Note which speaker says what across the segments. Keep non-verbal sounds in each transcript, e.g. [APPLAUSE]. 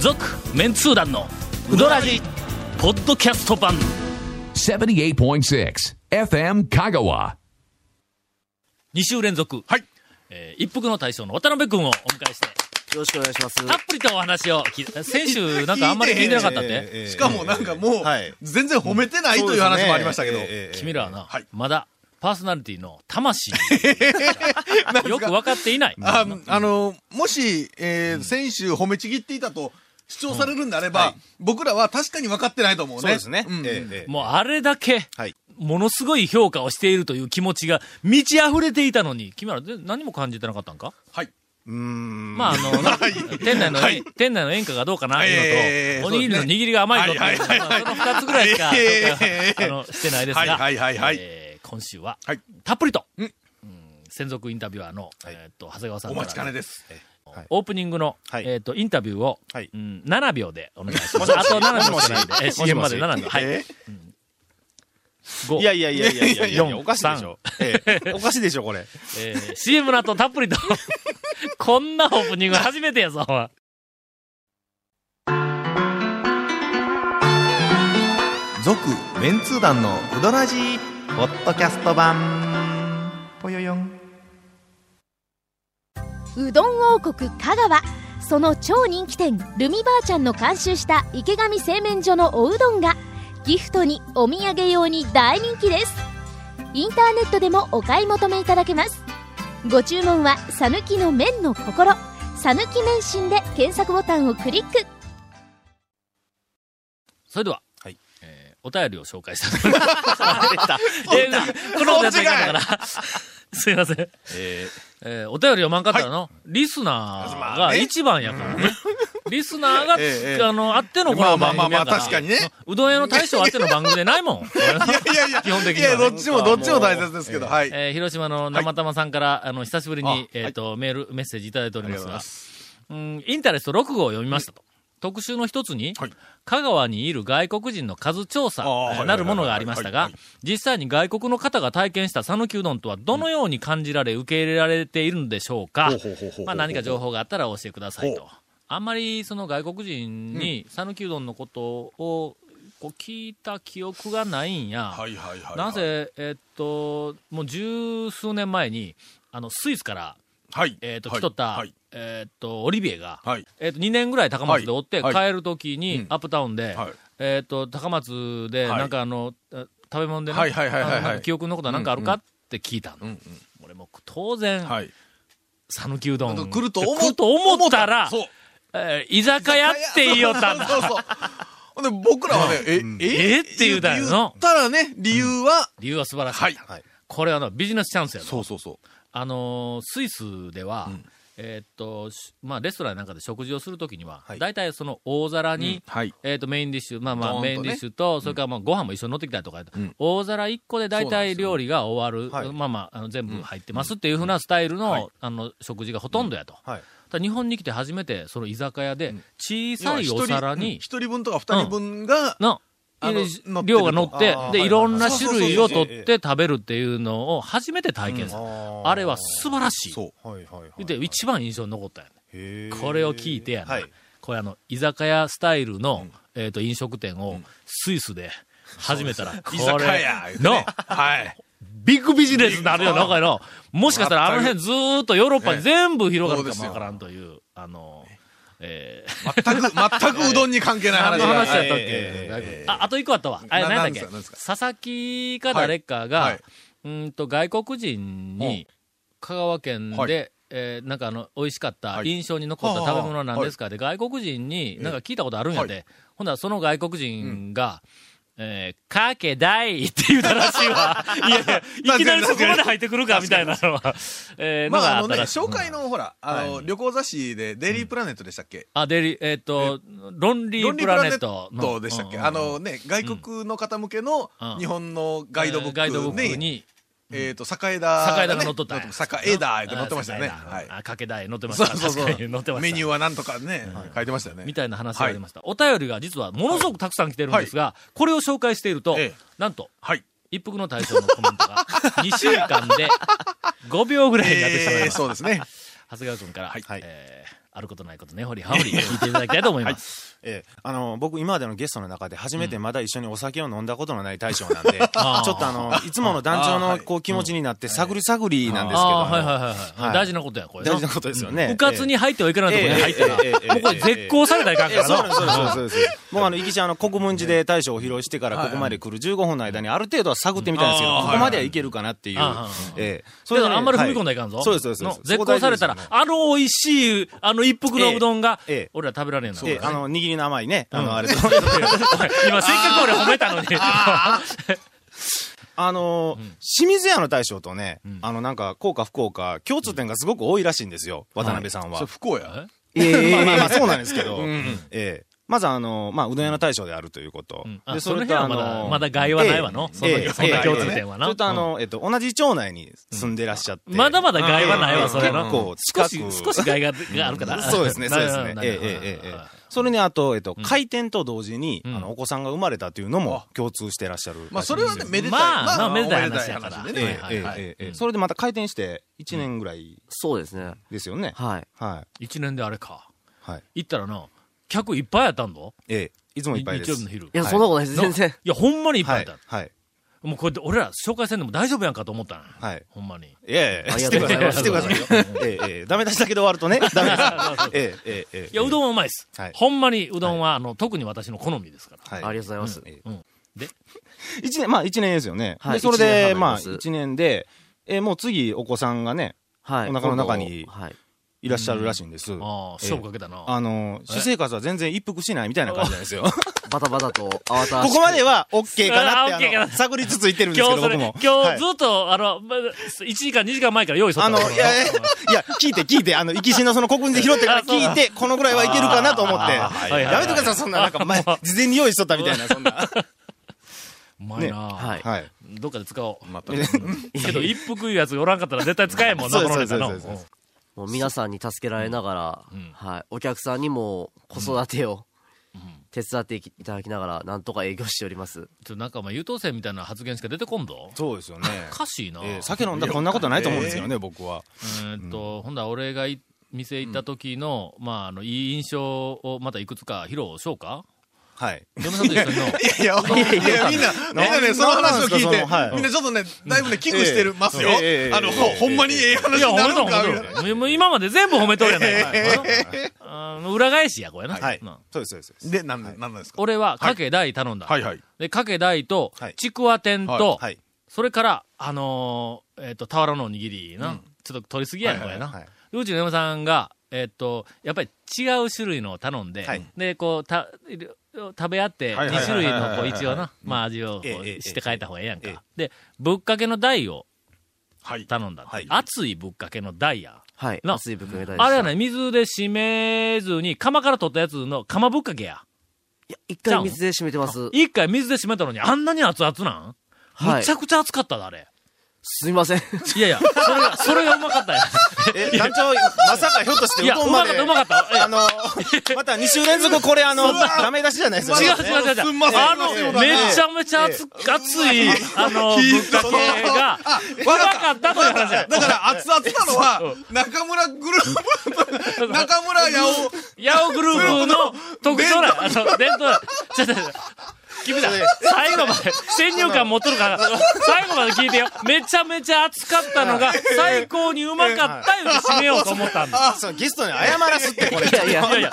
Speaker 1: 続メンツー団のウドラジポッドキャスト版
Speaker 2: 78.6 FM Kagawa.
Speaker 1: 2週連続、はいえー一服の大将の渡辺君をお迎えして
Speaker 3: よろしくお願いします。
Speaker 1: たっぷりとお話を聞い先週なんかあんまり聞いてなかったって、
Speaker 4: [LAUGHS] しかもなんかもう
Speaker 3: はい、
Speaker 4: 全然褒めてないという話もありましたけど。
Speaker 1: 君らはな、
Speaker 4: はい
Speaker 1: まだパーソナリティの魂 [LAUGHS] よく分かっていない
Speaker 4: ああの、もし、えー先週褒めちぎっていたと主張されるんであれば、僕らは確かに分かってないと思うね。
Speaker 3: そうですね。
Speaker 4: ん
Speaker 3: ええええ
Speaker 1: もうあれだけ、
Speaker 3: はい
Speaker 1: ものすごい評価をしているという気持ちが満ち溢れていたのに、君らで何も感じてなかったんか
Speaker 4: はい。
Speaker 3: うーん。
Speaker 1: まあ、あ
Speaker 4: [LAUGHS]
Speaker 1: の、な店内の、
Speaker 4: はい
Speaker 1: 店内の演歌がどうかなっていうのと、
Speaker 4: えー
Speaker 1: おにぎりの
Speaker 4: そうですね
Speaker 1: 握りが甘いことっていう、
Speaker 4: はいはいはい
Speaker 1: まあその二つぐらいしか、
Speaker 4: [LAUGHS] えー
Speaker 1: 評価あの、してないですが、
Speaker 4: はいはいはいはい
Speaker 1: えー今週は、
Speaker 4: はい
Speaker 1: たっぷりと、
Speaker 4: うん
Speaker 1: うん専属インタビュアーの、えーっと、長谷川さん
Speaker 4: お
Speaker 1: から
Speaker 4: 待ちかねです。
Speaker 1: オープニングの、
Speaker 3: はい
Speaker 1: えーっと、インタビューを、
Speaker 3: はい
Speaker 1: うん、7秒でお願いします。あと7秒しかないんで、えー CM まで7秒。はい。5
Speaker 3: いやいやいやいやいやい
Speaker 1: 四
Speaker 3: や、おかしいでしょ。ええおかしいでしょ、これ。
Speaker 1: えー CM の後たっぷりと、 [LAUGHS] こんなオープニング初めてやぞ、お前
Speaker 5: 続メンツー団のウドラジーポッドキャスト版ぽよよん
Speaker 6: うどん王国香川その超人気店ルミばあちゃんの監修した池上製麺所のおうどんがギフトにお土産用に大人気ですインターネットでもお買い求めいただけますご注文は「さぬきの麺の心」「さぬき麺心」で検索ボタンをクリック
Speaker 1: それでは、
Speaker 3: はい
Speaker 1: えーお便りを紹介したいと思い
Speaker 4: [LAUGHS]
Speaker 1: ます。出た。このお便りだから。 [LAUGHS] すいません。
Speaker 3: え
Speaker 1: えーお便り読まんかったらの、リスナーが一番やからね。リスナーが、
Speaker 4: ええ
Speaker 1: あの、あってのこの番組やから。
Speaker 4: まあまあまあまあ確かにね。
Speaker 1: うどん屋の大将あっての番組でないもん。
Speaker 4: [LAUGHS] いやいや、
Speaker 1: 基本的に
Speaker 4: い
Speaker 1: はね
Speaker 4: や、どっちもどっちも大切ですけど、はい。
Speaker 1: えー広島の生玉さんから、あの、久しぶり
Speaker 4: あは
Speaker 1: に
Speaker 4: い、
Speaker 1: えっ、と、メール、メッセージいただいております
Speaker 4: あり
Speaker 1: が
Speaker 4: がとうございま、
Speaker 1: うん、インタレスト6号を読みましたと。特集の一つに、
Speaker 4: はい
Speaker 1: 香川にいる外国人の数調査
Speaker 4: あーはいはいはいはい
Speaker 1: なるものがありました
Speaker 4: は
Speaker 1: が
Speaker 4: いは、
Speaker 1: 実際に外国の方が体験した讃岐うどんとはどのように感じられ、受け入れられているのでしょうか
Speaker 4: ほうほうほうほうほう。
Speaker 1: まあ何か情報があったら教えてくださいと
Speaker 4: ほう。
Speaker 1: あんまりその外国人に讃岐うどんのことをこう聞いた記憶がないんや。
Speaker 4: はいはいはい。
Speaker 1: な、ぜ、えっと、もう十数年前に、あの、スイスから、
Speaker 4: はい。
Speaker 1: えっと、
Speaker 4: はい
Speaker 1: 来とった、
Speaker 4: はい。
Speaker 1: えっと、オリビエが、
Speaker 4: はい
Speaker 1: えっと、2年ぐらい高松でおって、
Speaker 4: はいは
Speaker 1: 帰るときに、
Speaker 4: うん
Speaker 1: アップタウンで、
Speaker 4: はい
Speaker 1: えっと、高松で、
Speaker 4: はい
Speaker 1: なんかあの、あ食べ物でね、
Speaker 4: はいはいはいはいはい
Speaker 1: あのなんか記憶のことはなんかあるかって聞いたの。
Speaker 4: うんうん
Speaker 1: 俺も当然、
Speaker 4: はい。
Speaker 1: 讃岐うどん。
Speaker 4: 来ると思
Speaker 1: 来ると思ったら、
Speaker 4: そう。
Speaker 1: えー居酒屋って言いよったんだ。
Speaker 4: そうそうそうほんで、僕らはね、え、
Speaker 1: えって言うたんやろ
Speaker 4: 言ったらね、理由は、
Speaker 1: 理由は素晴らしい。
Speaker 4: はい。
Speaker 1: これはのビジネスチャンスやぞ
Speaker 4: そうそうそう。
Speaker 1: あのースイスでは、えーっと、しまあ、レストランなんかで食事をするときには、
Speaker 3: い
Speaker 1: 大体その大皿に、
Speaker 4: はい。
Speaker 1: えーっと、メインディッシュ、まあま
Speaker 4: ド
Speaker 1: あ、
Speaker 4: ーンとね
Speaker 1: メインディッシュと、それからまあ、ご飯も一緒に乗ってきたりとか、大皿1個で大
Speaker 4: そうなんで
Speaker 1: 体
Speaker 4: すよ
Speaker 1: 料理が終わる、
Speaker 3: はい
Speaker 1: まあまあ、あの全部入ってますっていうふうなスタイルの、
Speaker 4: はい
Speaker 1: あの、食事がほとんどやと。
Speaker 3: はい。
Speaker 1: ただ日本に来て初めて、その居酒屋で、小さいお皿に、
Speaker 4: 一人分とか二人分が、
Speaker 1: の、
Speaker 4: あの乗ってる
Speaker 1: 量が乗って
Speaker 3: あー、
Speaker 1: で、
Speaker 3: はい
Speaker 1: いろんな種類を
Speaker 4: そうそうそう
Speaker 1: 取って食べるっていうのを初めて体験した。あれは素晴らしい。
Speaker 4: そう。
Speaker 3: はいはいはい。
Speaker 1: で、一番印象に残ったよね。
Speaker 3: へー
Speaker 1: これを聞いてやな、
Speaker 3: はい。
Speaker 1: これあの、居酒屋スタイルの、えっ、と、飲食店をスイスで始めたら、こ
Speaker 4: 居酒
Speaker 1: れ
Speaker 4: 屋言うて
Speaker 1: の
Speaker 4: ね、はい。
Speaker 1: ビッグビジネスになるよな、これの。もしかしたらあの辺ずーっとヨーロッパに全部広がるかもわからんという、あの、えー、
Speaker 4: 全く、全くうどんに関係ない
Speaker 1: 何
Speaker 4: 話
Speaker 1: の話
Speaker 4: が。
Speaker 1: やったっけ、
Speaker 3: えーえーえー
Speaker 1: あ、あと一個あったわ。あれ、
Speaker 4: な
Speaker 1: 何だっ
Speaker 4: なんです
Speaker 1: け
Speaker 4: かなんですか
Speaker 1: 佐々木か誰かが、
Speaker 4: はいはいう
Speaker 1: ーんと、外国人に、香川県で、
Speaker 4: はい
Speaker 1: えーなんかあの、美味しかった、
Speaker 4: はい
Speaker 1: 印象に残った
Speaker 4: はあ
Speaker 1: 食
Speaker 4: はあ
Speaker 1: べ物は何ですかって、外国人に、なんか聞いたことあるんやで、ほんならその外国人が、えーかけだいって言うたらしい
Speaker 4: [LAUGHS]
Speaker 1: わ。いやい [LAUGHS] や、いきなりそこまで入ってくるかみたいなのは、えー、
Speaker 4: ま
Speaker 1: のが
Speaker 4: あ、
Speaker 1: あ
Speaker 4: あ
Speaker 1: っ
Speaker 4: の
Speaker 1: た
Speaker 4: ね、
Speaker 1: らしい。
Speaker 4: 紹介の、ほら、あの、旅行雑誌で、デイリープラネットでしたっけ
Speaker 1: あ、デリ、えーっと、ロンリ
Speaker 4: ロ
Speaker 1: ー
Speaker 4: ン
Speaker 1: プ
Speaker 4: リープラ
Speaker 1: ラ
Speaker 4: ネ
Speaker 1: ネッ
Speaker 4: ッ
Speaker 1: ト
Speaker 4: ト
Speaker 1: の
Speaker 4: でしたっけ
Speaker 1: うん
Speaker 4: あのね、外国の方向けの
Speaker 1: うん
Speaker 4: 日本のガイドブ
Speaker 1: えーガイドブ
Speaker 4: ッ
Speaker 1: ック
Speaker 4: クに、
Speaker 1: に、
Speaker 4: えっと、栄田
Speaker 1: 栄田が乗っとったんや
Speaker 4: 栄田って乗ってましたよね。
Speaker 1: あ堺
Speaker 4: はい
Speaker 1: だ。あ、かけだい乗ってまし
Speaker 4: [LAUGHS] そ
Speaker 1: た。
Speaker 4: うそうそう
Speaker 1: 確かに乗って。ました。
Speaker 4: メニューはなんとかね、書いてましたよね。
Speaker 1: みたいな話がありました。お便りが実はものすごくたくさん来てるんですが、これを紹介していると、
Speaker 4: ええ
Speaker 1: なんと、
Speaker 4: はい。
Speaker 1: 一服の大将のコメントが、2週間で5秒ぐらいになってしまい
Speaker 4: え
Speaker 1: まし
Speaker 4: ー
Speaker 1: た。 [LAUGHS]
Speaker 4: そうですね。
Speaker 1: 長谷川君から、
Speaker 3: はい
Speaker 1: えーあることないことね、ほりはほり聞いていただきたいと思います。
Speaker 3: ええ、あの、僕、今までのゲストの中で、初めてまだ一緒にお酒を飲んだことのない大将なんで、ちょっ
Speaker 1: あー
Speaker 3: [LAUGHS] とあの、いつもの団長のこう気持ちになって、探り探りなんですけど、
Speaker 1: ああ、はいはいはいは。
Speaker 3: はいい
Speaker 1: 大事なことや、これな。
Speaker 3: 大事なことですよね
Speaker 1: うかつに入ってはいけないところに入ったら、も
Speaker 3: ええええええ
Speaker 1: うこれ絶交されたらいかん
Speaker 3: い
Speaker 1: か
Speaker 3: や
Speaker 1: ら
Speaker 3: そ
Speaker 1: な。
Speaker 3: うなんです、そうなんですそうです、そうです。僕、あの、イキシあの、国分寺で大将を披露してからここまで来る15分の間に、ある程度は探ってみたんですけ
Speaker 4: あ
Speaker 3: ど、
Speaker 4: ー
Speaker 3: ここまではいけるかなっていう
Speaker 1: はいはいはい。
Speaker 3: ええ。そ
Speaker 1: だからあんまり踏み込んだら
Speaker 3: で
Speaker 1: いかんぞ。
Speaker 3: そうです、そうです
Speaker 1: の
Speaker 3: そうです。
Speaker 1: 絶交されたら
Speaker 3: そこ大事ですよね、
Speaker 1: あの美味しい、あの一服のうどんが
Speaker 3: ええええ、
Speaker 1: 俺ら食べられんの。
Speaker 3: ええあの、握りの甘いね、あの、あれ
Speaker 1: [LAUGHS]
Speaker 3: と。
Speaker 1: 今せっかく俺褒めたのに。
Speaker 3: [LAUGHS] あのー清水屋の大将とね、あの、なんか、効か不幸か、共通点がすごく多いらしいんですよ、渡辺さんは。
Speaker 4: それ不幸や。
Speaker 3: ええまあまあまあ、そうなんですけど、ええまずあの、まあ、うどん屋の大将であるということ。
Speaker 1: うんあ
Speaker 3: で
Speaker 1: その辺は
Speaker 3: それとあの
Speaker 1: まだまだ害はないわのそんなそんな共通点はな
Speaker 3: それとあの、えっと、同じ町内に住んでらっしゃって。
Speaker 1: [LAUGHS] まだまだ害はない
Speaker 3: え
Speaker 1: わ、
Speaker 3: え
Speaker 1: それな。
Speaker 3: 結構
Speaker 1: 少
Speaker 3: 近
Speaker 1: し、
Speaker 3: く。
Speaker 1: 少し害ががあるから。
Speaker 3: [LAUGHS] そうですね、そうですね。
Speaker 1: な
Speaker 3: ええ
Speaker 1: るほど
Speaker 3: ええええそれにあと、えっと、開店と同時に、
Speaker 1: ん
Speaker 3: あの、お子さんが生まれたというのも共通してらっしゃるらしいんですよ。
Speaker 4: まあ、それはね、めでたい。
Speaker 1: まあまあ
Speaker 4: お
Speaker 1: めでたい話やから
Speaker 4: めで
Speaker 3: え
Speaker 4: たい話で
Speaker 3: え
Speaker 4: ね。
Speaker 1: はいはいは
Speaker 3: え
Speaker 1: い
Speaker 3: ええ
Speaker 1: う
Speaker 3: え
Speaker 1: ん
Speaker 3: それでまた開店して1年ぐらい
Speaker 7: そうですね。
Speaker 3: ですよね。
Speaker 7: はい。
Speaker 3: はい。
Speaker 1: 一年であれか。
Speaker 3: はい。
Speaker 1: 行ったらな、客いっぱいやったんぞ。
Speaker 3: ええ、いつもいっぱいで
Speaker 1: 日
Speaker 3: す。
Speaker 1: 曜日の昼。
Speaker 7: いや、
Speaker 3: はい
Speaker 7: そんなことないです。全
Speaker 1: な
Speaker 7: 然
Speaker 1: い。や、ほんまにいっぱ
Speaker 3: はい
Speaker 1: やっ
Speaker 3: い
Speaker 1: た。。
Speaker 3: はい。
Speaker 1: もうこれで俺ら紹介せんでも大丈夫やんかと思ったんや
Speaker 3: はい。
Speaker 1: ほんまに。
Speaker 3: いやいや、
Speaker 7: ありが
Speaker 3: して
Speaker 7: とう
Speaker 3: く
Speaker 7: ござ
Speaker 3: だ
Speaker 7: い
Speaker 3: さいよ。
Speaker 7: ま
Speaker 3: し
Speaker 7: す
Speaker 3: てくださいよ。ええ、ええ、ダメ出しだけで終わるとね、ダメです。ええ、ええ、ええ。
Speaker 1: いや、うどんはうまいっす。
Speaker 3: はい
Speaker 1: ほんまにうどんは、あの、特に私の好みですから。
Speaker 3: はい。
Speaker 7: [LAUGHS] ありがとうございます。
Speaker 3: ええ
Speaker 1: うんで
Speaker 3: 一年、まあ一年ですよね。
Speaker 7: はい
Speaker 3: で、それ
Speaker 7: 一年半になり
Speaker 3: で、ま
Speaker 7: ま
Speaker 3: あ
Speaker 7: す
Speaker 3: 一年で、ええ、もう次お子さんがね、
Speaker 7: はい。
Speaker 3: お腹の中に
Speaker 7: 今度はい。
Speaker 3: いらっしゃるらしいんです。
Speaker 1: ああ、勝負かけたな。
Speaker 3: あの、私生活は全然一服しないみたいな感じなんですよ。こ
Speaker 7: バタバタと慌ただしく
Speaker 3: [LAUGHS] こまでは OK かな
Speaker 1: あ
Speaker 3: って
Speaker 1: OK かな
Speaker 3: あの、探りつつ言ってるんです
Speaker 1: 今日
Speaker 3: けど、
Speaker 1: それ、
Speaker 3: 僕
Speaker 1: 今
Speaker 3: も。
Speaker 1: 日
Speaker 3: はい
Speaker 1: ずっと、あの、ま1時間、2時間前から用意しとった
Speaker 3: あの、
Speaker 1: んだ
Speaker 3: い
Speaker 1: けど
Speaker 3: や、いや、いや聞いて聞いて、あの、生き死のその国分で拾ってから聞いて、このぐらいはいけるかなと思って。
Speaker 1: はい
Speaker 3: やめてください、そんな、なんか、前、事前に用意しとったみたいな、そんな。
Speaker 1: うまいな、
Speaker 7: [LAUGHS] はい。
Speaker 3: はい。
Speaker 1: どっかで使おう。
Speaker 3: また。
Speaker 1: けど、一服いうやつおらんかったら絶対使えんもんな、
Speaker 3: そ
Speaker 1: こ
Speaker 3: う
Speaker 1: の
Speaker 3: です
Speaker 1: 中の。
Speaker 3: そううですそうで
Speaker 1: ん
Speaker 3: す
Speaker 7: もう皆さんに助けられながら、
Speaker 1: うん
Speaker 7: はい。お客さんにも子育てを手伝っていただきながら、なんとか営業しております。
Speaker 1: ちょなんかお前優等生みたいな発言しか出てこんぞ。
Speaker 3: そうですよね。
Speaker 1: おかしいな。
Speaker 3: えー酒飲んだらこんなことないと思うんですよね、僕は。
Speaker 1: えーっと、ほんだら俺がい店行った時の、まあ、あの、いい印象をまたいくつか披露しよう
Speaker 3: [LAUGHS]
Speaker 1: か
Speaker 3: はい。
Speaker 1: 嫁さんと一緒にの。
Speaker 4: [LAUGHS] い
Speaker 1: [LAUGHS]
Speaker 4: や、いや、みんな、みんなね、その話を聞い
Speaker 3: なんなんですかそ
Speaker 4: て
Speaker 3: のはい、
Speaker 4: みんなちょっとね、だいぶね、危惧してるますよ
Speaker 3: ええええ。
Speaker 4: あの、ほ
Speaker 3: ええ
Speaker 4: ほんまにええ
Speaker 1: い
Speaker 4: 話
Speaker 1: や、
Speaker 4: に
Speaker 1: 褒
Speaker 4: な
Speaker 1: め
Speaker 4: る
Speaker 1: と
Speaker 4: の
Speaker 1: ん
Speaker 4: か、
Speaker 1: 褒
Speaker 4: み
Speaker 1: め
Speaker 4: たいな
Speaker 1: とん。もう今まで全部褒めとるやない
Speaker 3: [LAUGHS]
Speaker 1: か。
Speaker 4: え
Speaker 1: あの裏返しや、これな。
Speaker 3: はい
Speaker 1: うん。
Speaker 3: そうです、そうですそうで
Speaker 4: で、
Speaker 3: す。
Speaker 4: なんで、なんなんですか
Speaker 1: 俺は、かけ大頼んだ。
Speaker 4: はいはい。
Speaker 1: で、かけ大と
Speaker 3: は、い
Speaker 1: ちくわ天と、
Speaker 3: はい。
Speaker 1: それから、あのー、えっと、俵のおにぎりな。ちょっと取りすぎやねこれな。
Speaker 3: はい。
Speaker 1: うちの嫁さんが、えっと、やっぱり違う種類のを頼んで、
Speaker 3: はい
Speaker 1: で、こう、た、いろ食べ合って、
Speaker 3: はいはい
Speaker 1: 2
Speaker 3: はい
Speaker 1: 種類の、こ
Speaker 3: は
Speaker 1: う、
Speaker 3: いはいはい
Speaker 1: 一応な、まあ、味をこう
Speaker 3: ええええ
Speaker 1: して変えた方がええやん
Speaker 3: ええ
Speaker 1: か。で、ぶっかけの台を
Speaker 4: はい。
Speaker 1: 頼んだんだ。
Speaker 3: はい
Speaker 1: 熱いぶっかけの台や。
Speaker 7: はい。
Speaker 1: な
Speaker 7: 熱い部分が大事
Speaker 1: あれはね、水で締めずに、釜から取ったやつの釜ぶっかけや。
Speaker 7: いや、一回水で締めてます。
Speaker 1: 一回水で締めたのに、あんなに熱々なん、
Speaker 7: はい
Speaker 1: むちゃくちゃ熱かったで、あれ。
Speaker 7: すみません。
Speaker 1: いやいや、それが、それがうまかった
Speaker 4: [LAUGHS]
Speaker 1: やん。
Speaker 3: え、団長、まさかひょっとして、
Speaker 1: いや、
Speaker 3: う
Speaker 1: う
Speaker 3: どん
Speaker 1: ま
Speaker 3: ま
Speaker 1: かっ
Speaker 3: で
Speaker 1: た、う。まかった。ええ
Speaker 3: あの、また2週連続これ、あの、ダメ出しじゃないですよね。
Speaker 1: 違う違う違う違う。
Speaker 4: すんません
Speaker 1: あの、
Speaker 4: すいません
Speaker 1: めちゃめちゃ熱、熱
Speaker 4: [LAUGHS]
Speaker 1: い、あの、ぶっかけが、うまかったという話や。
Speaker 4: だから、熱々な
Speaker 1: [LAUGHS]
Speaker 4: のは、中村グループ、中村八尾、
Speaker 1: ヤオグループの特徴
Speaker 4: [LAUGHS]
Speaker 1: だ。あの、伝統だ。ちょっと、君だ。最後ま
Speaker 4: [LAUGHS]
Speaker 1: で、先入観持っとるから、最後まで聞いてよ。めちゃめちゃ熱かったのが、最高にうまかったよで締めようと思ったんだ。
Speaker 3: そうゲストに謝らすって、これ。
Speaker 7: いやいや
Speaker 1: いやいや。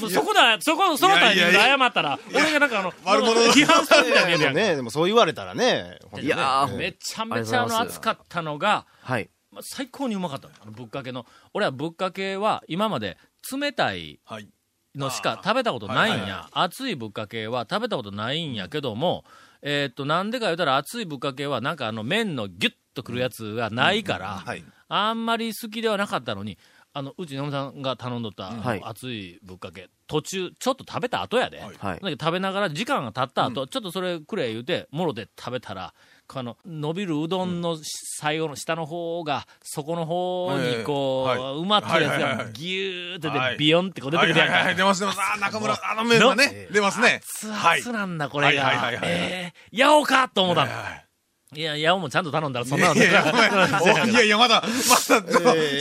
Speaker 1: もうそこだ、そこ、そのタイミングで謝ったら、俺がなんかあの、
Speaker 4: 悪者だ
Speaker 1: 批判するみたいに見える
Speaker 3: で
Speaker 1: や
Speaker 3: も
Speaker 1: ん
Speaker 3: ね、でもそう言われたらね、ほんとね
Speaker 7: いやー、
Speaker 1: めちゃめちゃあの熱かったのが、
Speaker 7: はい。
Speaker 1: まあ最高にうまかったのあのぶっかけの俺はぶっかけは今まで冷たい
Speaker 4: はい
Speaker 1: のしか食べたことないんや、
Speaker 4: はいはいは
Speaker 1: 熱いぶっかけは食べたことないんやけども、えーっとなんでか言うたら熱いぶっかけはなんかあの麺のギュッとくるやつがないから、
Speaker 3: はい。
Speaker 1: あんまり好きではなかったのにあのうちの嫁さんが頼んどった、
Speaker 7: はい
Speaker 1: 熱いぶっかけ途中ちょっと食べた後やで、
Speaker 7: はい
Speaker 1: だ。けど食べながら時間が経った後、ちょっとそれくれ言うてもろで食べたらあの伸びるうどんのし最後の下の方が底の方にこう、
Speaker 4: ええは
Speaker 1: 埋まってるやつ
Speaker 4: はいはい
Speaker 1: が
Speaker 4: はい
Speaker 1: ギューって
Speaker 4: は
Speaker 1: で
Speaker 4: い
Speaker 1: ビヨンってこう出て
Speaker 4: は
Speaker 1: く
Speaker 4: い
Speaker 1: る
Speaker 4: は
Speaker 1: やん
Speaker 4: い
Speaker 1: か。
Speaker 4: はい、出ます出ます。あー、中村、あのメンバーね、出ますね。
Speaker 1: 熱々なんだ、これが。
Speaker 4: はいはいはいはい
Speaker 1: ええやおうかと思ったの。
Speaker 4: はい
Speaker 1: いや、ヤオもちゃんと頼んだらそんなのね。
Speaker 4: おいやいや、まだ、まだ、ちょっと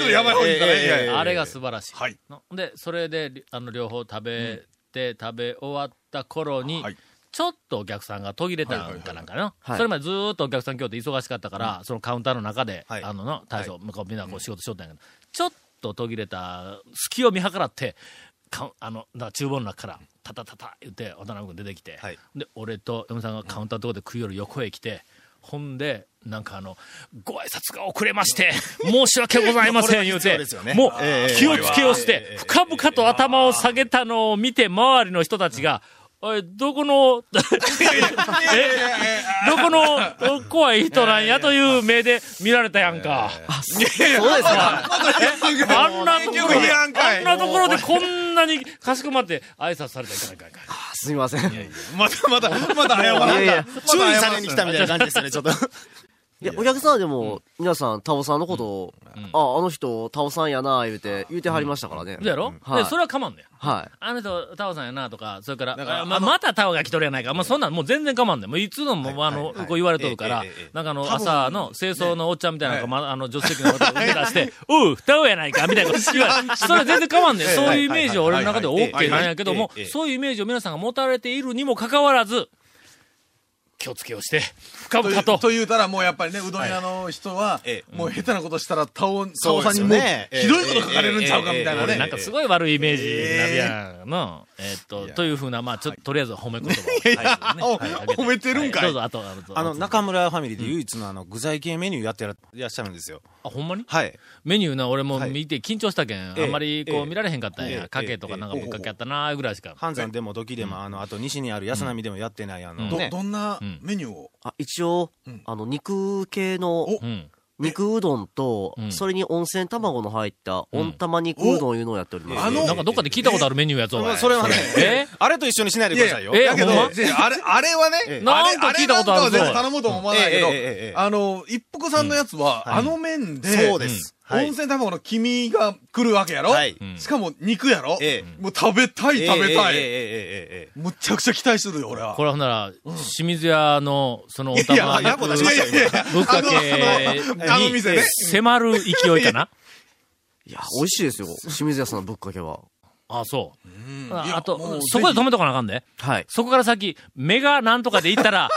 Speaker 4: やばい方に行ったね。いやいや
Speaker 1: あれが素晴らしい。
Speaker 4: はい
Speaker 1: ので、それで、りあの、両方食べて、食べ終わった頃に、
Speaker 4: はい
Speaker 1: ちょっとお客さんが途切れたんかなんかな。
Speaker 7: はい
Speaker 1: それまでずーっとお客さん今日って忙しかったから、そのカウンターの中で、
Speaker 3: はい
Speaker 1: あのの、大将、向こうみんなこう仕事しとったんやけど、ちょっと途切れた隙を見計らって、カウンあの、だ厨房の中から、タタタタ言って、渡辺君出てきて、
Speaker 3: はい
Speaker 1: で、俺と嫁さんがカウンターのとこで食いよる横へ来て、ほんで、なんかあの、ご挨拶が遅れまして、申し訳ございません、言う
Speaker 3: これ
Speaker 1: て
Speaker 3: が必要ですよ、ね
Speaker 1: もう
Speaker 3: ええ
Speaker 1: 気をつけをして、深々と頭を下げたのを見て、周りの人たちが、おい、どこの、 [LAUGHS] えどこの怖い人なんやという目で見られたやんか。
Speaker 7: そうですか。
Speaker 1: あんなところ
Speaker 4: 結局い
Speaker 1: で、
Speaker 4: らんか
Speaker 1: あ
Speaker 4: い
Speaker 1: んなところでこんなにかしこまって挨拶されたらいかないかんいかん。
Speaker 7: すみません。い
Speaker 4: まだまだ、まだ謝ら
Speaker 7: やい
Speaker 4: な
Speaker 7: や
Speaker 4: い。
Speaker 3: 注意されに来たみたいな感じですよね、ち [LAUGHS] ょっと。
Speaker 7: いや、お客さんはでも、皆さん、タオさんのことを、あ、あの人、タオさんやな、言うて、言うてはりましたからね。
Speaker 1: そうやろ、
Speaker 7: はい
Speaker 1: で、それは構わんねん。
Speaker 7: はい。
Speaker 1: あの人、タオさんやなとか、それから、あままたタオが来とるやないか、まあ、そんなんもう全然構わんねん。もういつのも、あの、こう言われとるから
Speaker 3: ええええええ、
Speaker 1: なんかあの、朝の清掃のおっちゃんみたいなのが、まあ [LAUGHS] の、助手席のことを受け出して、おう、タオやないか、みたいなこと言われてそれは全然構わんねん。そういうイメージは俺の中で OK なんやけども
Speaker 3: えええええ、え
Speaker 1: そういうイメージを皆さんが持たれているにもかかわらず、気をつけをして、深々
Speaker 4: と
Speaker 1: と。
Speaker 4: と言うたら、もうやっぱりね、うどん屋の人は
Speaker 3: え、
Speaker 4: もう下手なことしたら、タオ、タ
Speaker 3: そ
Speaker 4: オ
Speaker 3: う
Speaker 4: さ
Speaker 3: で
Speaker 4: ん
Speaker 3: す
Speaker 4: に
Speaker 3: よ
Speaker 4: もう
Speaker 3: ね、
Speaker 4: ひどいこと書かれるんちゃうかみたいな
Speaker 3: ええええええええ
Speaker 1: 俺
Speaker 4: ね
Speaker 1: なん。かすごい悪いイメージになるやんの。えっと、というふうな、まあちょっと、とりあえず褒め言葉をはい
Speaker 4: お
Speaker 1: はいあげて。
Speaker 4: 褒めてるんか
Speaker 1: はい
Speaker 4: い
Speaker 1: どう。ぞ、あと、あと
Speaker 3: あの、中村ファミリーで唯一のあの、具材系メニューやってらいらっしゃるんですよ。
Speaker 1: あ、ほんまに
Speaker 3: はい。
Speaker 1: メニューな、俺も
Speaker 3: はい
Speaker 1: 見て緊張したけん、
Speaker 3: ええ
Speaker 1: あんまりこ
Speaker 3: え
Speaker 1: う
Speaker 3: え
Speaker 1: 見られへんかったん
Speaker 3: え
Speaker 1: や。
Speaker 3: え
Speaker 1: かけとかなんかぶっかけやったなーぐらいしか。
Speaker 3: 半山でも時でも、あの、あと西にある安波でもやってない、あの、
Speaker 4: ど、
Speaker 3: ね
Speaker 4: どんなメニューを
Speaker 7: あ、一応、あの、肉系の、
Speaker 4: お
Speaker 1: うん。
Speaker 7: 肉うどんと、
Speaker 1: うん
Speaker 7: それに温泉卵の入った、温玉肉うどんいうのをやっております。
Speaker 4: あの
Speaker 1: なんかどっかで聞いたことあるメニューやつを。
Speaker 3: まあそれはね、
Speaker 1: え
Speaker 3: あれと一緒にしないでくださいよ。
Speaker 1: いやいや
Speaker 4: だけど、
Speaker 1: ほんま
Speaker 4: 違うあれ、あれはね、
Speaker 3: え
Speaker 1: えなんか
Speaker 4: あれ
Speaker 1: 聞いたことあるぞ
Speaker 4: あれなんかは全然頼もうとも思わないけど、
Speaker 3: ええええええ
Speaker 4: あの、一服さんのやつは、
Speaker 3: うんはい
Speaker 4: あの麺で、
Speaker 3: そうです。は
Speaker 4: 温
Speaker 3: い。
Speaker 4: 泉卵の黄身が来るわけやろ、
Speaker 3: はい
Speaker 1: ん
Speaker 4: しかも肉やろ、
Speaker 3: え
Speaker 4: もう食べたい食べたい、
Speaker 3: ええええええええええ
Speaker 4: むちゃくちゃ期待するよ、俺は。
Speaker 1: これはほんなら、清水屋の、その、お
Speaker 4: いや
Speaker 1: 玉
Speaker 4: いや
Speaker 1: の
Speaker 3: や
Speaker 1: ぶ
Speaker 3: ぼ
Speaker 1: っ
Speaker 3: 出しましたよ今
Speaker 1: か
Speaker 4: あのあのあの
Speaker 1: けに
Speaker 4: 店ね
Speaker 1: 迫る勢いかな
Speaker 7: いや、美味しいですよ。清水屋さんのぶっかけは。
Speaker 1: あ、そう。
Speaker 4: うんい
Speaker 1: あ
Speaker 4: やもう
Speaker 1: と
Speaker 4: ぜ、ひ
Speaker 1: そこで止めとかなあかんで。
Speaker 7: はい。
Speaker 1: そこから先、目がなんとかで行った
Speaker 3: [LAUGHS]
Speaker 1: ら、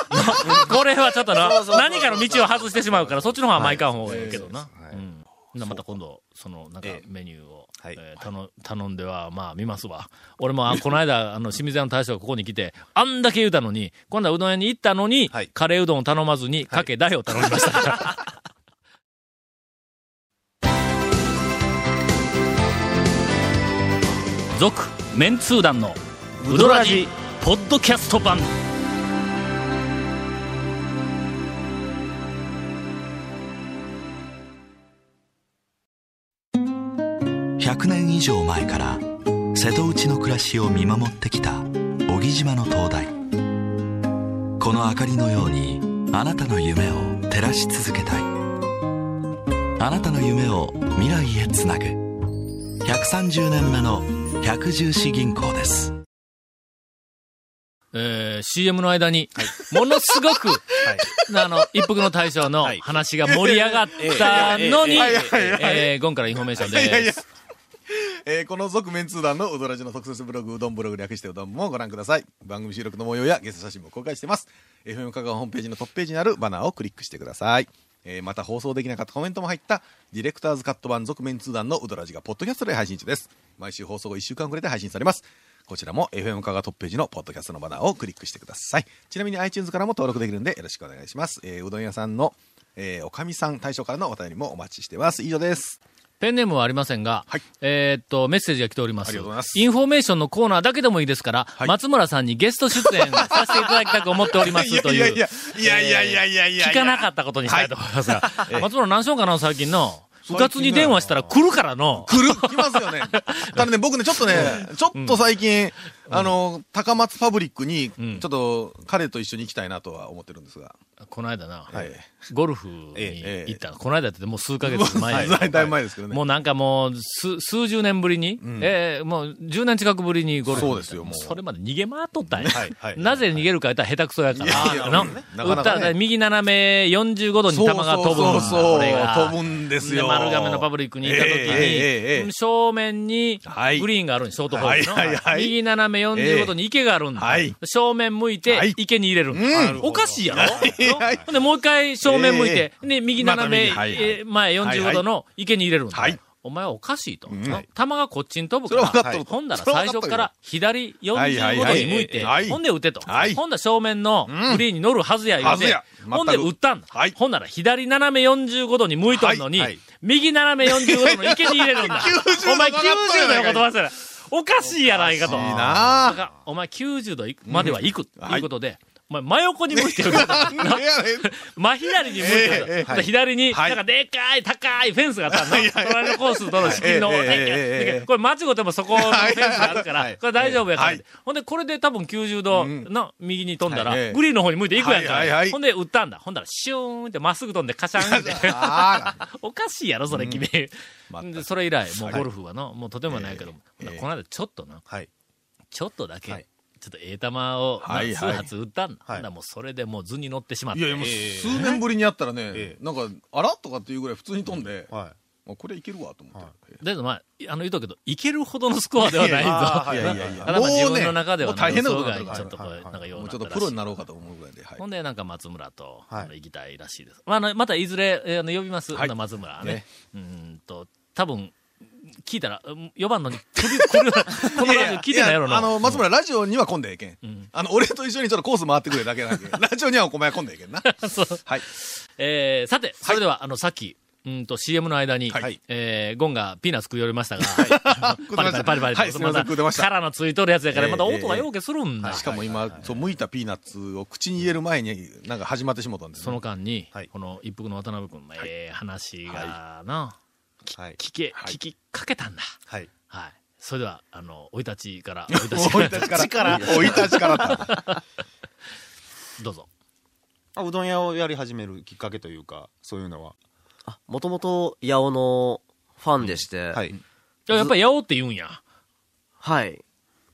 Speaker 1: [LAUGHS] これはちょっとな、何かの道を外してしまうから、そっちの方は毎回方がいいけどな。うんなまた今度、その、なんか
Speaker 3: ええ
Speaker 1: メニューを、
Speaker 3: はい
Speaker 1: えー頼頼んでは、まあ見ますわ。俺も、あこの
Speaker 3: [LAUGHS]
Speaker 1: 間、あの、清水屋の大将がここに来て、あんだけ言うたのに、今度はうどん屋に行ったのに、
Speaker 3: はい
Speaker 1: カレーうどんを頼まずに、かけだよ頼みましたから。
Speaker 3: [LAUGHS]
Speaker 1: 続、メンツー団の、ウドラジ、ポッドキャスト版。
Speaker 8: 100年以上前から瀬戸内の暮らしを見守ってきた小木島の灯台この明かりのようにあなたの夢を照らし続けたいあなたの夢を未来へつなぐ130年目の百十四銀行です
Speaker 1: えー CM の間に、ものすごく、 [LAUGHS] あの、一服の大将の
Speaker 3: はい
Speaker 1: 話が盛り上がったのに、
Speaker 4: いやいやいやいや
Speaker 1: えーゴンからインフォメーション
Speaker 4: いやい
Speaker 1: で
Speaker 4: や
Speaker 1: す。。
Speaker 4: えーこの続面通談のうどらじの特設ブログ、うどんブログ略してうどんもご覧ください。番組収録の模様やゲスト写真も公開してます。FM 香川ホームページのトップページにあるバナーをクリックしてください。えーまた放送できなかったコメントも入った、ディレクターズカット版続面通談のうどらじがポッドキャストで配信中です。毎週放送後1週間くらいで配信されます。こちらも FM 香川トップページのポッドキャストのバナーをクリックしてください。ちなみに iTunes からも登録できるんでよろしくお願いします。えーうどん屋さんの、えーおかみさん大将からのお便りもお待ちしてます。以上です。
Speaker 1: ペンネームはありませんが、
Speaker 4: はい
Speaker 1: えーっと、メッセージが来ております。
Speaker 4: ありがとうございます
Speaker 1: インフォメーションのコーナーだけでもいいですから、
Speaker 4: い
Speaker 1: 松村さんにゲスト出
Speaker 4: [LAUGHS]
Speaker 1: 演させていただきたく思っておりますという。
Speaker 4: いやいやいやいやいやいやいやいや
Speaker 1: 聞かなかったことにしたいと思いますが、松村何しようかな、最近の。うかつに電話したら来るからの。
Speaker 4: 来る来ます
Speaker 1: [LAUGHS]
Speaker 4: よね。ただね、僕ね、ちょっとね、ちょっと最近、あの、高松パブリックに、
Speaker 1: ん
Speaker 4: ちょっと彼と一緒に行きたいなとは思ってるんですが。
Speaker 1: この間な、
Speaker 4: はい。
Speaker 1: ゴルフに
Speaker 4: ええ
Speaker 1: 行った。この間ってもう数ヶ月前。
Speaker 4: [LAUGHS] はいだいぶ前ですけどね。
Speaker 1: もうなんかもう、数、数十年ぶりに、ええもう、十年近くぶりにゴルフに行った。
Speaker 4: そうですよもう
Speaker 1: それまで逃げ回っとったんや。
Speaker 4: はいはい
Speaker 1: [LAUGHS] なぜ逃げるか言ったら下手くそやから。
Speaker 4: いやいや
Speaker 1: あの
Speaker 4: なかなかね
Speaker 1: 打ったら右斜め45度に球が飛ぶんだ
Speaker 4: そうそうそう
Speaker 1: 俺が
Speaker 4: 飛ぶんですよ
Speaker 1: 丸亀のパブリックに行った時に、
Speaker 4: ええええええ
Speaker 1: 正面に
Speaker 4: はい
Speaker 1: グリーンがあるんですショートホールの、
Speaker 4: はいはいはい
Speaker 1: 右斜め45度に池があるんだ、
Speaker 4: はい
Speaker 1: 正面向い
Speaker 4: は
Speaker 1: て
Speaker 4: い
Speaker 1: 池に入れるんだ、
Speaker 4: うん
Speaker 1: おかしいやろ、
Speaker 4: はい
Speaker 1: ほんでもう一回正面向いて、で右斜め、
Speaker 4: また右はい
Speaker 1: えー前45度の池に入れるんだ、
Speaker 4: はい
Speaker 1: お前はおかしいと。
Speaker 4: ん
Speaker 1: 球がこっちに飛ぶか
Speaker 4: そ
Speaker 1: ら、
Speaker 4: れは分かっとる
Speaker 1: ほんだら
Speaker 4: それは
Speaker 1: 最
Speaker 4: 分かっと
Speaker 1: 初
Speaker 4: るよ
Speaker 1: から左
Speaker 4: はいはい
Speaker 1: 45
Speaker 4: は
Speaker 1: 度
Speaker 4: い
Speaker 1: に向いて
Speaker 4: はい、
Speaker 1: ほんで打てと。
Speaker 4: はい
Speaker 1: ほんだら正面のグリーンに乗るはずや言う
Speaker 4: はず
Speaker 1: て
Speaker 4: や、全く
Speaker 1: ほんで打ったんだ
Speaker 4: はい。
Speaker 1: ほんなら左斜め45度に向いとんのに
Speaker 4: はいはい、
Speaker 1: 右斜め45度の池に入れ
Speaker 4: [LAUGHS]
Speaker 1: るんだ
Speaker 4: 90。
Speaker 1: お前
Speaker 4: 度上がっと
Speaker 1: 90度
Speaker 4: るや
Speaker 1: の
Speaker 4: ないかい
Speaker 1: こと忘れたおかしいやないかと。
Speaker 4: いい
Speaker 1: だ
Speaker 4: なぁ。
Speaker 1: から、お前90度いくまでは行く。
Speaker 4: はい
Speaker 1: ということで、お前真横に向いてる。
Speaker 4: [LAUGHS] なんでやねん
Speaker 1: 真左に向いてる
Speaker 4: ええええはい
Speaker 1: 左に、
Speaker 4: はい
Speaker 1: なんかでっかい高いフェンスがあったの。隣のコースとの仕切りの、
Speaker 4: はいええええええ
Speaker 1: でこれ間違うてもそこのフェンスがあるから、
Speaker 4: はい
Speaker 1: これ大丈夫やから、
Speaker 4: はい
Speaker 1: ほんで、これで多分90度の右に飛んだら、
Speaker 4: はいええ
Speaker 1: グリーンの方に向いていくやんか、
Speaker 4: はいはいはい
Speaker 1: ほんで、打ったんだ。ほんだら、シューンってまっすぐ飛んで、カシ
Speaker 4: [LAUGHS]
Speaker 1: ャンって。
Speaker 4: あら。
Speaker 1: [LAUGHS] おかしいやろ、それ、君。
Speaker 4: 全く
Speaker 1: でそれ以来、もうゴルフはな、もうとてもないけども、
Speaker 4: ええ
Speaker 1: ほんならこの間ちょっとな、
Speaker 4: はい。
Speaker 1: ちょっとだけ、
Speaker 4: はい
Speaker 1: ちょっとええ球を、まあ
Speaker 4: はいはい
Speaker 1: 数発打ったんだ。ほ
Speaker 4: はい
Speaker 1: んだらもうそれでもう図に乗ってしまっ
Speaker 4: い
Speaker 1: て。
Speaker 4: やいや、もう数年ぶりにやったらね、なんか、あらとかっていうぐらい普通に飛んで、
Speaker 3: は
Speaker 4: もうこれいけるわと思って。
Speaker 1: だけどまあ、あの言うとくけど、いけるほどのスコアではないぞ。
Speaker 4: いやいやいや
Speaker 1: ただまあ
Speaker 4: もうね
Speaker 1: 自分の中では
Speaker 4: もう大変なこ
Speaker 1: 予
Speaker 4: とになって
Speaker 1: 想外にちょ
Speaker 4: る
Speaker 1: っとこう、なんかような
Speaker 4: もう
Speaker 1: っ
Speaker 4: ち
Speaker 1: た
Speaker 4: ょっと
Speaker 1: らしい
Speaker 4: プロになろうかと思うぐらいで、はい
Speaker 1: ほ。んで、なんか松村と、
Speaker 3: はい
Speaker 1: 行きたいらしいです。まあ、あの、またいずれ、えーあの、呼びます。
Speaker 4: は
Speaker 1: あ
Speaker 4: い
Speaker 1: の松村はね。
Speaker 4: ね
Speaker 1: うーんと、多分、聞いたら、4番のに来る、来る、このラジオ聞いてないやろな。
Speaker 4: あの、松村、ラジオには混んでええけん
Speaker 1: ん。
Speaker 4: あの、俺と一緒にちょっとコース回ってくれだ
Speaker 1: [LAUGHS]
Speaker 4: けなんで、ラジオにはお前混んでええけんな。
Speaker 1: そう
Speaker 4: はい。
Speaker 1: えーさて、それでは、あの、さっき、うんと、CM の間に、
Speaker 4: はい
Speaker 1: えーゴンがピーナッツ食い寄りましたが、パリパリパリパリ
Speaker 4: はいすいません食うてました
Speaker 1: カラのついとるやつやから、
Speaker 4: ええ
Speaker 1: また音がようけするんだ。
Speaker 4: しかも今、そう、剥いたピーナッツを口に入れる前に、なんか始まってしもたんですね
Speaker 1: その間に、
Speaker 4: はい
Speaker 1: この一服の渡辺君のええ話がな、
Speaker 4: はい。
Speaker 1: 聞け、
Speaker 4: はい
Speaker 1: 聞きかけたんだ。
Speaker 4: はい。
Speaker 1: はい。それでは、あの、生い立ちから、生い立ち
Speaker 4: お
Speaker 1: か
Speaker 4: いた
Speaker 1: ら、
Speaker 4: ちから。おいたちから。
Speaker 1: どうぞ。
Speaker 3: あうどん屋をやり始めるきっかけというかそういうのは
Speaker 7: もともと、八尾のファンでして、
Speaker 1: [LAUGHS]
Speaker 3: はい
Speaker 1: いややっぱり八尾って言うんや。
Speaker 7: はい。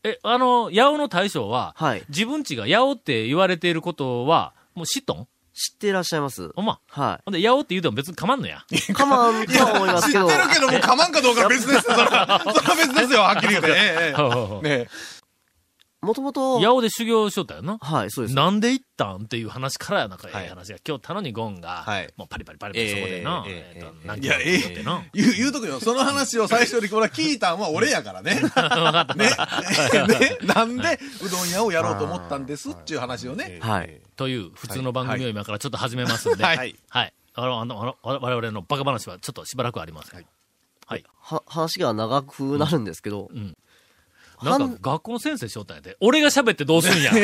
Speaker 1: え、あの、八尾の大将は、
Speaker 7: はい
Speaker 1: 自分ちが八尾って言われていることは、もう知っとん
Speaker 7: 知っていらっしゃいます。
Speaker 1: ほんま。
Speaker 7: は
Speaker 1: ほんで、八尾って言うても別に構わんのや。
Speaker 7: い。かまんとは思います
Speaker 4: 知っ
Speaker 7: け
Speaker 4: て [LAUGHS] る
Speaker 7: ど、
Speaker 4: けどもうかまんかどうかは別ですよ。それはそれは別ですよ、はっきり言って。
Speaker 1: [LAUGHS]
Speaker 4: ええ
Speaker 1: 八
Speaker 4: ね
Speaker 7: もともと、
Speaker 1: 尾で修行しとったよな。
Speaker 7: はい、そうです。
Speaker 1: なんで行ったんっていう話からやなんか、え
Speaker 3: はい
Speaker 1: え話が。今日頼にゴンが、
Speaker 3: はい
Speaker 1: もうパリパリパリパリそこでな、
Speaker 3: ええ
Speaker 1: えっと
Speaker 3: ええ
Speaker 1: 何
Speaker 4: い
Speaker 1: キロ
Speaker 4: や、
Speaker 1: も
Speaker 4: え
Speaker 1: 行って
Speaker 4: え
Speaker 1: な。。
Speaker 4: 言う、言うとくよ。その話を最初に、これ聞いたんは俺やからね。 [LAUGHS] ね。ねなんで、うどん屋をやろうと思ったんですっていう話をね。
Speaker 7: はい。
Speaker 1: という普通の番組を今からちょっと始めますんで、は。
Speaker 4: はいい
Speaker 1: は
Speaker 4: はいい
Speaker 1: あの、あの、あの我々のバカ話はちょっとしばらくはありません。はい。
Speaker 7: は、話が長くなるんですけど、
Speaker 1: な
Speaker 7: は
Speaker 1: んか学校の先生しよったんやで。俺が喋ってどうすんや。の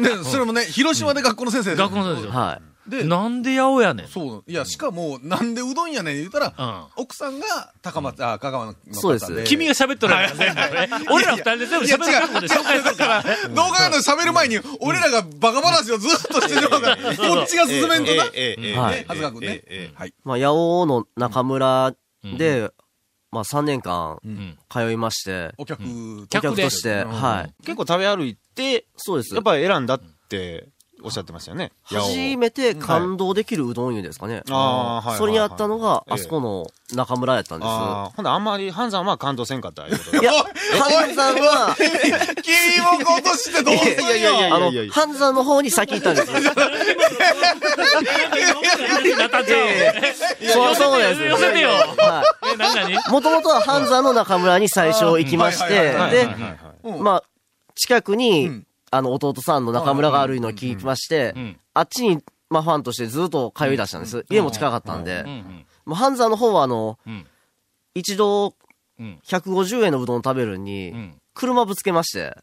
Speaker 4: ね、それもね、広島で学校の先生
Speaker 1: 学校の先生。
Speaker 7: は
Speaker 4: で
Speaker 1: なんで八尾やねん。
Speaker 4: そう。いや、しかも、なんでうどんやねん言うたら、奥さんが高松、あ、香川の
Speaker 7: そうです
Speaker 1: 君が
Speaker 4: が
Speaker 1: 喋っとるやんか、全部ね。俺ら二人で全部喋る覚悟で紹介するから。
Speaker 4: 動画の喋る前に、俺らがバカ話をずっとしてるから、こっちが進めんとな。
Speaker 7: い。
Speaker 4: は
Speaker 7: はい
Speaker 4: い。。はずかくんね。はい。
Speaker 7: まあ、八尾の中村
Speaker 1: う
Speaker 7: で、まあ、3年間
Speaker 1: ん
Speaker 7: 通いまして、
Speaker 4: お客と
Speaker 1: 客
Speaker 7: お
Speaker 1: で
Speaker 7: として、はい。
Speaker 3: 結構食べ歩いて
Speaker 7: そうです。
Speaker 3: やっぱり選んだっておっしゃってましたよね八尾
Speaker 7: 初めて感動できるうどん湯ですかね。
Speaker 3: あーはい
Speaker 7: それにあったのが、
Speaker 3: ええ
Speaker 7: あそこの中村やったんです。
Speaker 3: あーほんならあんまりハンさんは感動せんかったいうこと
Speaker 7: いや、半山は、
Speaker 4: 君も今年ってどうすん
Speaker 3: いやいやいやい
Speaker 7: あ
Speaker 3: や
Speaker 7: の
Speaker 3: いやい、や
Speaker 7: 半山の方に先行ったんですよ。
Speaker 1: なったんちゃう
Speaker 7: そうそうです。
Speaker 1: 寄せてよ
Speaker 7: は
Speaker 1: え、なになに
Speaker 7: い。もともとは半山の中村に最初行きまして、
Speaker 4: うんはいはい
Speaker 7: で、
Speaker 4: うん
Speaker 7: まあ、近くに、
Speaker 4: ん
Speaker 7: あの、弟さんの中村があるのを聞きまして、
Speaker 1: ん
Speaker 7: あっちに、まあ、ファンとしてずっと通い出したんです。家も近かったんで、まあ、半山の方は、あの、
Speaker 1: うん
Speaker 7: 一度
Speaker 1: うん、
Speaker 7: 150円のうどんを食べるのに、
Speaker 1: ん
Speaker 7: 車ぶつけまして、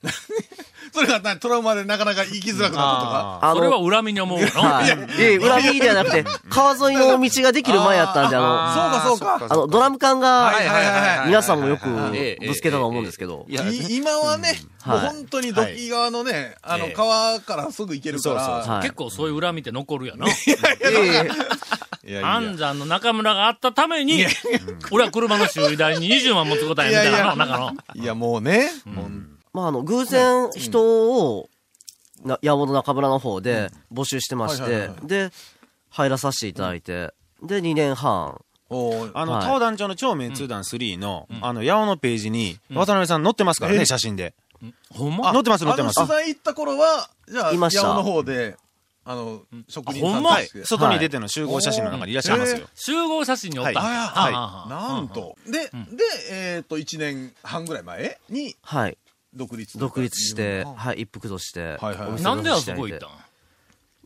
Speaker 4: それがなトラウマでなかなか行きづらくなったとか。
Speaker 7: あ
Speaker 1: それは
Speaker 7: の、
Speaker 1: 恨みに思うの
Speaker 7: はい。え、恨みではなくて、川沿いの道ができる前やったんで、あ
Speaker 4: そうかそうか。
Speaker 7: の、あの、ドラム缶が、
Speaker 4: はいはいはいはい
Speaker 7: 皆さんもよく
Speaker 5: ええ
Speaker 7: ぶつけたと思うんですけど、
Speaker 4: い今はね、もう本当にドッキー側のね、あの、川からすぐ行けるから。
Speaker 7: はい
Speaker 1: 結構そういう恨みって残るやな。
Speaker 7: ええ
Speaker 4: いやいや
Speaker 1: 安山の中村があったために、俺は車の修理代に20万持つことやみたい
Speaker 4: いやい
Speaker 1: な
Speaker 4: や
Speaker 1: の、中の。
Speaker 4: いや、もうね。
Speaker 7: まあ、あの、偶然人を、な山本中村の方で募集してまし
Speaker 4: はいは
Speaker 7: て
Speaker 4: いはい、
Speaker 7: で、入らさせていただいて、で、2年半。
Speaker 4: おー
Speaker 3: あの、
Speaker 7: はい
Speaker 3: タオ団長の超メンツー団3の、あの、ヤオのページに、渡辺さん載ってますからね、写真で。
Speaker 1: ほん
Speaker 3: 載
Speaker 1: ま
Speaker 3: ってます、載って
Speaker 4: あの、
Speaker 3: ます
Speaker 4: 取。材行った頃は、じゃあ、
Speaker 7: いました
Speaker 4: 八尾の方で、あの、職人さ
Speaker 1: あほん
Speaker 4: ん
Speaker 1: ま
Speaker 4: と
Speaker 3: はい
Speaker 4: して。。
Speaker 3: 外に出ての集合写真の中にいらっしゃいますよ。
Speaker 1: 集合写真におった。
Speaker 3: はい
Speaker 1: は
Speaker 4: あ
Speaker 1: あ
Speaker 4: あ、
Speaker 1: はあ
Speaker 4: なんと。で、で、えっと、1年半ぐらい前に
Speaker 7: はい。
Speaker 4: 独立。
Speaker 7: 独立して、
Speaker 4: あ
Speaker 7: はい、一服として。
Speaker 4: はいはい
Speaker 7: お店
Speaker 4: い
Speaker 1: な
Speaker 7: の方
Speaker 1: んであそこ行ったん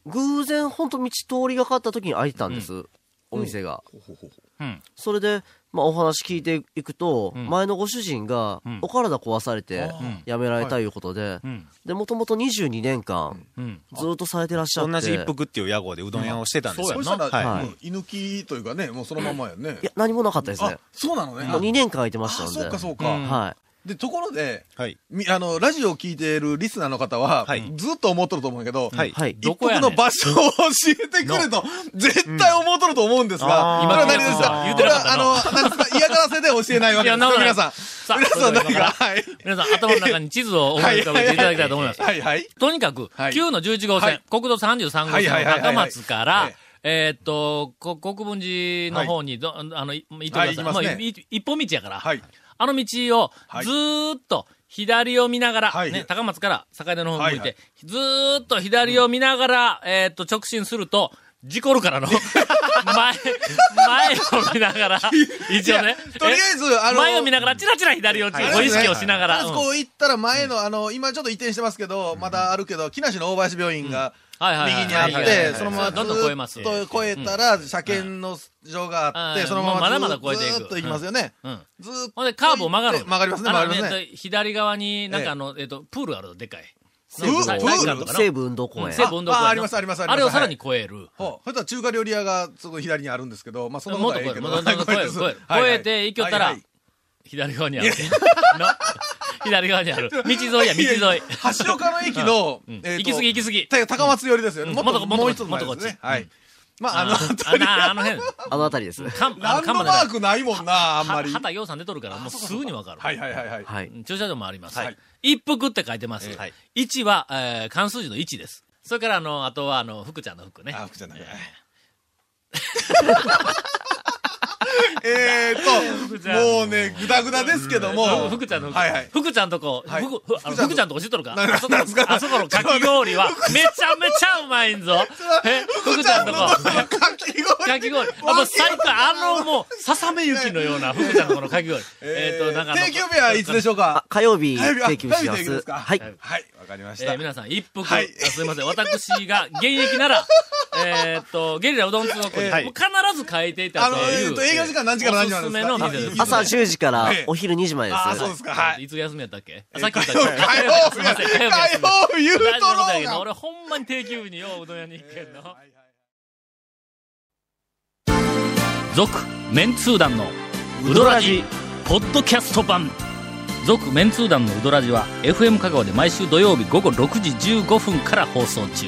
Speaker 7: 偶然、ほんと道通りがかった時に開いてたんです。お店が。
Speaker 4: ほほほほ
Speaker 1: うん。
Speaker 7: それで、まあ、お話聞いていくと、
Speaker 1: ん
Speaker 7: 前のご主人が
Speaker 1: ん、
Speaker 7: お体壊されて
Speaker 4: うん、
Speaker 7: 辞められたいうことで
Speaker 1: う、ん。
Speaker 7: で、もともと22年間、
Speaker 1: うん。
Speaker 7: ずっとされてらっしゃって。
Speaker 3: 同じ一服っていう屋号でうどん屋をしてたんです
Speaker 1: う
Speaker 3: よ
Speaker 1: ん
Speaker 4: そ
Speaker 1: あ。
Speaker 4: したら、
Speaker 7: はい
Speaker 4: うん居抜きというかね、もうそのまんまやね
Speaker 7: い。や、何もなかったですね
Speaker 4: あ。、そうなのね。
Speaker 7: もう2年間空いてました
Speaker 4: あ、
Speaker 7: んで。
Speaker 4: そうかそう
Speaker 1: う
Speaker 4: か。
Speaker 1: ん
Speaker 7: はい。
Speaker 4: で、ところで、
Speaker 3: はい。
Speaker 4: みあの、ラジオを聞いているリスナーの方は、
Speaker 3: はい
Speaker 4: ずっと思っとると思うんやけど、
Speaker 3: はい。
Speaker 7: はい。
Speaker 1: ど
Speaker 4: 一
Speaker 1: こやね
Speaker 4: 国の
Speaker 1: ん
Speaker 4: 場所を教えてくれと、絶対思っとると思うんですが、
Speaker 3: あー
Speaker 4: これは何ですか
Speaker 1: 今気がついた言うて
Speaker 4: これ
Speaker 1: なかったな
Speaker 4: は、あの、何ですか嫌がらせで教えないわけで
Speaker 1: いや
Speaker 4: すか
Speaker 1: な
Speaker 4: 皆
Speaker 1: んか
Speaker 4: さ
Speaker 1: ね
Speaker 4: ん。
Speaker 1: さあ、
Speaker 4: 皆
Speaker 1: それ
Speaker 4: さん
Speaker 1: で
Speaker 4: 何
Speaker 1: は今から
Speaker 4: か、はい。
Speaker 1: 皆さん頭の中に地図を思い浮かべていただきたいと思います。
Speaker 4: はいはい。
Speaker 1: とにかく、
Speaker 4: はい
Speaker 1: 9の11号線、
Speaker 4: はい
Speaker 1: 国道33号
Speaker 4: はい
Speaker 1: 線
Speaker 4: はい
Speaker 1: の
Speaker 4: はいはいは
Speaker 1: 高
Speaker 4: い
Speaker 1: 松か
Speaker 4: は
Speaker 1: ら
Speaker 4: い、
Speaker 1: えーっと、こ国分寺の方にど、あの、い行ってくださ。
Speaker 4: はいい行きますね
Speaker 1: もういい一本道やから、
Speaker 4: はい。
Speaker 1: あの道を
Speaker 4: はい
Speaker 1: ずーっと左を見ながら、
Speaker 4: はい
Speaker 1: ね、高松から坂出の方向いて、
Speaker 4: はいはい
Speaker 1: ずーっと左を見ながら、えーっと、直進すると、事故るから
Speaker 4: [LAUGHS]
Speaker 1: の、前、前を見ながら、一応ね。
Speaker 4: とりあえず、あの、
Speaker 1: 前を見ながら、チラチラ左を、
Speaker 4: あ
Speaker 1: ご
Speaker 4: れ
Speaker 1: 意
Speaker 4: ですね
Speaker 1: 識をしながら。
Speaker 4: とりあえず
Speaker 1: うん
Speaker 4: こう行ったら前の、あの、今ちょっと移転してますけど、まだあるけど、木梨の大林病院が、
Speaker 1: はいはいはい
Speaker 4: 右にあっ
Speaker 1: はいはいは
Speaker 4: て
Speaker 1: い、
Speaker 4: そのままず
Speaker 1: どんどん超えます
Speaker 4: っと越えたら、車検の場があっ
Speaker 1: う
Speaker 4: て、
Speaker 1: ん
Speaker 4: そのまま
Speaker 1: もうまだまだ越えていく
Speaker 4: ずーっと行きますよね。
Speaker 1: うん
Speaker 4: ずーっと。
Speaker 1: ほんで、カーブを曲がるの。
Speaker 4: 曲がりますね、
Speaker 1: あの
Speaker 4: 曲がりますね。
Speaker 1: えっと左側に、なんかあの、えっと、プールあるの、でかい。
Speaker 4: プール
Speaker 1: なんか
Speaker 4: プー
Speaker 1: 体
Speaker 4: ル
Speaker 1: 育館とかの
Speaker 7: 西武運動公
Speaker 1: うん
Speaker 7: 園。
Speaker 1: 西武運動公園の
Speaker 4: あありますありますあります
Speaker 1: れをさらに超える。
Speaker 4: ほうそしたら中華料理屋がすごい左にあるんですけど、まあそんな
Speaker 1: も
Speaker 4: こ
Speaker 1: っ
Speaker 4: と
Speaker 1: と
Speaker 4: は
Speaker 1: 超
Speaker 4: い
Speaker 1: え
Speaker 4: いけ
Speaker 1: る。もっと
Speaker 4: ど。
Speaker 1: 超える。超える。
Speaker 4: はい
Speaker 1: 超
Speaker 4: はい
Speaker 1: えていきよった
Speaker 4: は
Speaker 1: ら
Speaker 4: い、
Speaker 1: 左側 [LAUGHS] にある。の左側にあ
Speaker 4: [LAUGHS]
Speaker 1: る。道沿いや、道
Speaker 4: はい
Speaker 1: 沿い。
Speaker 4: 橋岡の駅の、
Speaker 1: うん
Speaker 4: え
Speaker 1: 行
Speaker 4: ーと
Speaker 1: き過ぎ行き過ぎ。
Speaker 4: た高松寄りですよね。
Speaker 1: うん
Speaker 4: もっ
Speaker 1: も
Speaker 4: と、
Speaker 1: っと
Speaker 4: もう一つ前
Speaker 1: も
Speaker 4: で
Speaker 1: っとこっ
Speaker 4: すね
Speaker 1: ち。
Speaker 4: はい。まあ、あの、
Speaker 1: あなあの
Speaker 4: [LAUGHS]
Speaker 1: 辺。
Speaker 7: あの辺りですね。
Speaker 1: カン
Speaker 4: ランドマー
Speaker 1: ク
Speaker 4: クないもんな、あんまり。は
Speaker 1: 畑洋さん出とるから、もうすぐにわかる。
Speaker 4: いはいはいはい。
Speaker 7: はい。
Speaker 1: 駐車場もあります。
Speaker 4: はい
Speaker 1: 一服って書いてます。
Speaker 4: はい
Speaker 1: 一は、えー漢数字の一です。それから、あの、あとは、あの、福ちゃんの服ね。
Speaker 4: あ、福ちゃんだ
Speaker 1: え
Speaker 4: ね
Speaker 1: ー。
Speaker 4: え
Speaker 1: 福
Speaker 4: ー
Speaker 1: ちゃん
Speaker 4: と、もうね、ぐだぐだですけども。
Speaker 1: 福ちゃんの服、
Speaker 4: はいはい。
Speaker 1: 福ちゃんとこ、
Speaker 4: はい
Speaker 1: 福ふあの
Speaker 4: 福ちゃんと
Speaker 1: 福ちゃんとこ知っとるか
Speaker 4: なな
Speaker 1: あそこの
Speaker 4: なんすか
Speaker 1: あそこのかき氷はめちゃめちゃうまいんぞ。え福ちゃんとこ、
Speaker 4: かき氷。
Speaker 1: かき氷。あ、もう最高。あの、
Speaker 4: [LAUGHS]
Speaker 1: もう、ささめ雪のような福ちゃんのこのかき氷。えっと、なんかあの。
Speaker 4: 定休日はいつでしょう
Speaker 7: あ
Speaker 4: か、
Speaker 7: 火曜日、
Speaker 4: 火曜日あ
Speaker 7: 定休日しま
Speaker 4: 火曜日定休日です
Speaker 7: す。
Speaker 4: か
Speaker 7: はい。
Speaker 4: はい、わかりまし
Speaker 1: え
Speaker 4: た。
Speaker 1: ー皆さん、一服、
Speaker 4: はい
Speaker 1: あすみません、私が現役なら、
Speaker 4: [LAUGHS]
Speaker 1: えーっと、ゲリラうどん通の子に、
Speaker 4: えーはい
Speaker 1: もう必ず書いていた
Speaker 4: あ
Speaker 1: と
Speaker 4: の、
Speaker 1: い
Speaker 4: え
Speaker 1: う。
Speaker 4: っと、営業時間何時から何時ま
Speaker 1: お
Speaker 4: でですか
Speaker 1: すすめの店です
Speaker 4: あ
Speaker 7: 朝10時から
Speaker 4: ええ
Speaker 7: お昼2時までです。
Speaker 4: あ、そうですか。はい。
Speaker 1: いつ休みやったっけ、
Speaker 4: えー
Speaker 1: さっき言った
Speaker 4: [LAUGHS] 火曜日、
Speaker 1: 火
Speaker 4: 火
Speaker 1: 曜 [LAUGHS] 日すみま
Speaker 4: 曜
Speaker 1: せ
Speaker 4: 日、
Speaker 1: ん、火
Speaker 4: 火
Speaker 1: 曜日です
Speaker 4: 曜日言うと
Speaker 1: 大丈夫だけど、
Speaker 4: ろうが。
Speaker 1: 俺ほんまに定休日によううどん屋に行けんの。続、メンツー団のウドラジ、ポッドキャスト版。続、メンツー団のウドラジは、FM 香川で毎週土曜日午後6時15分から放送中。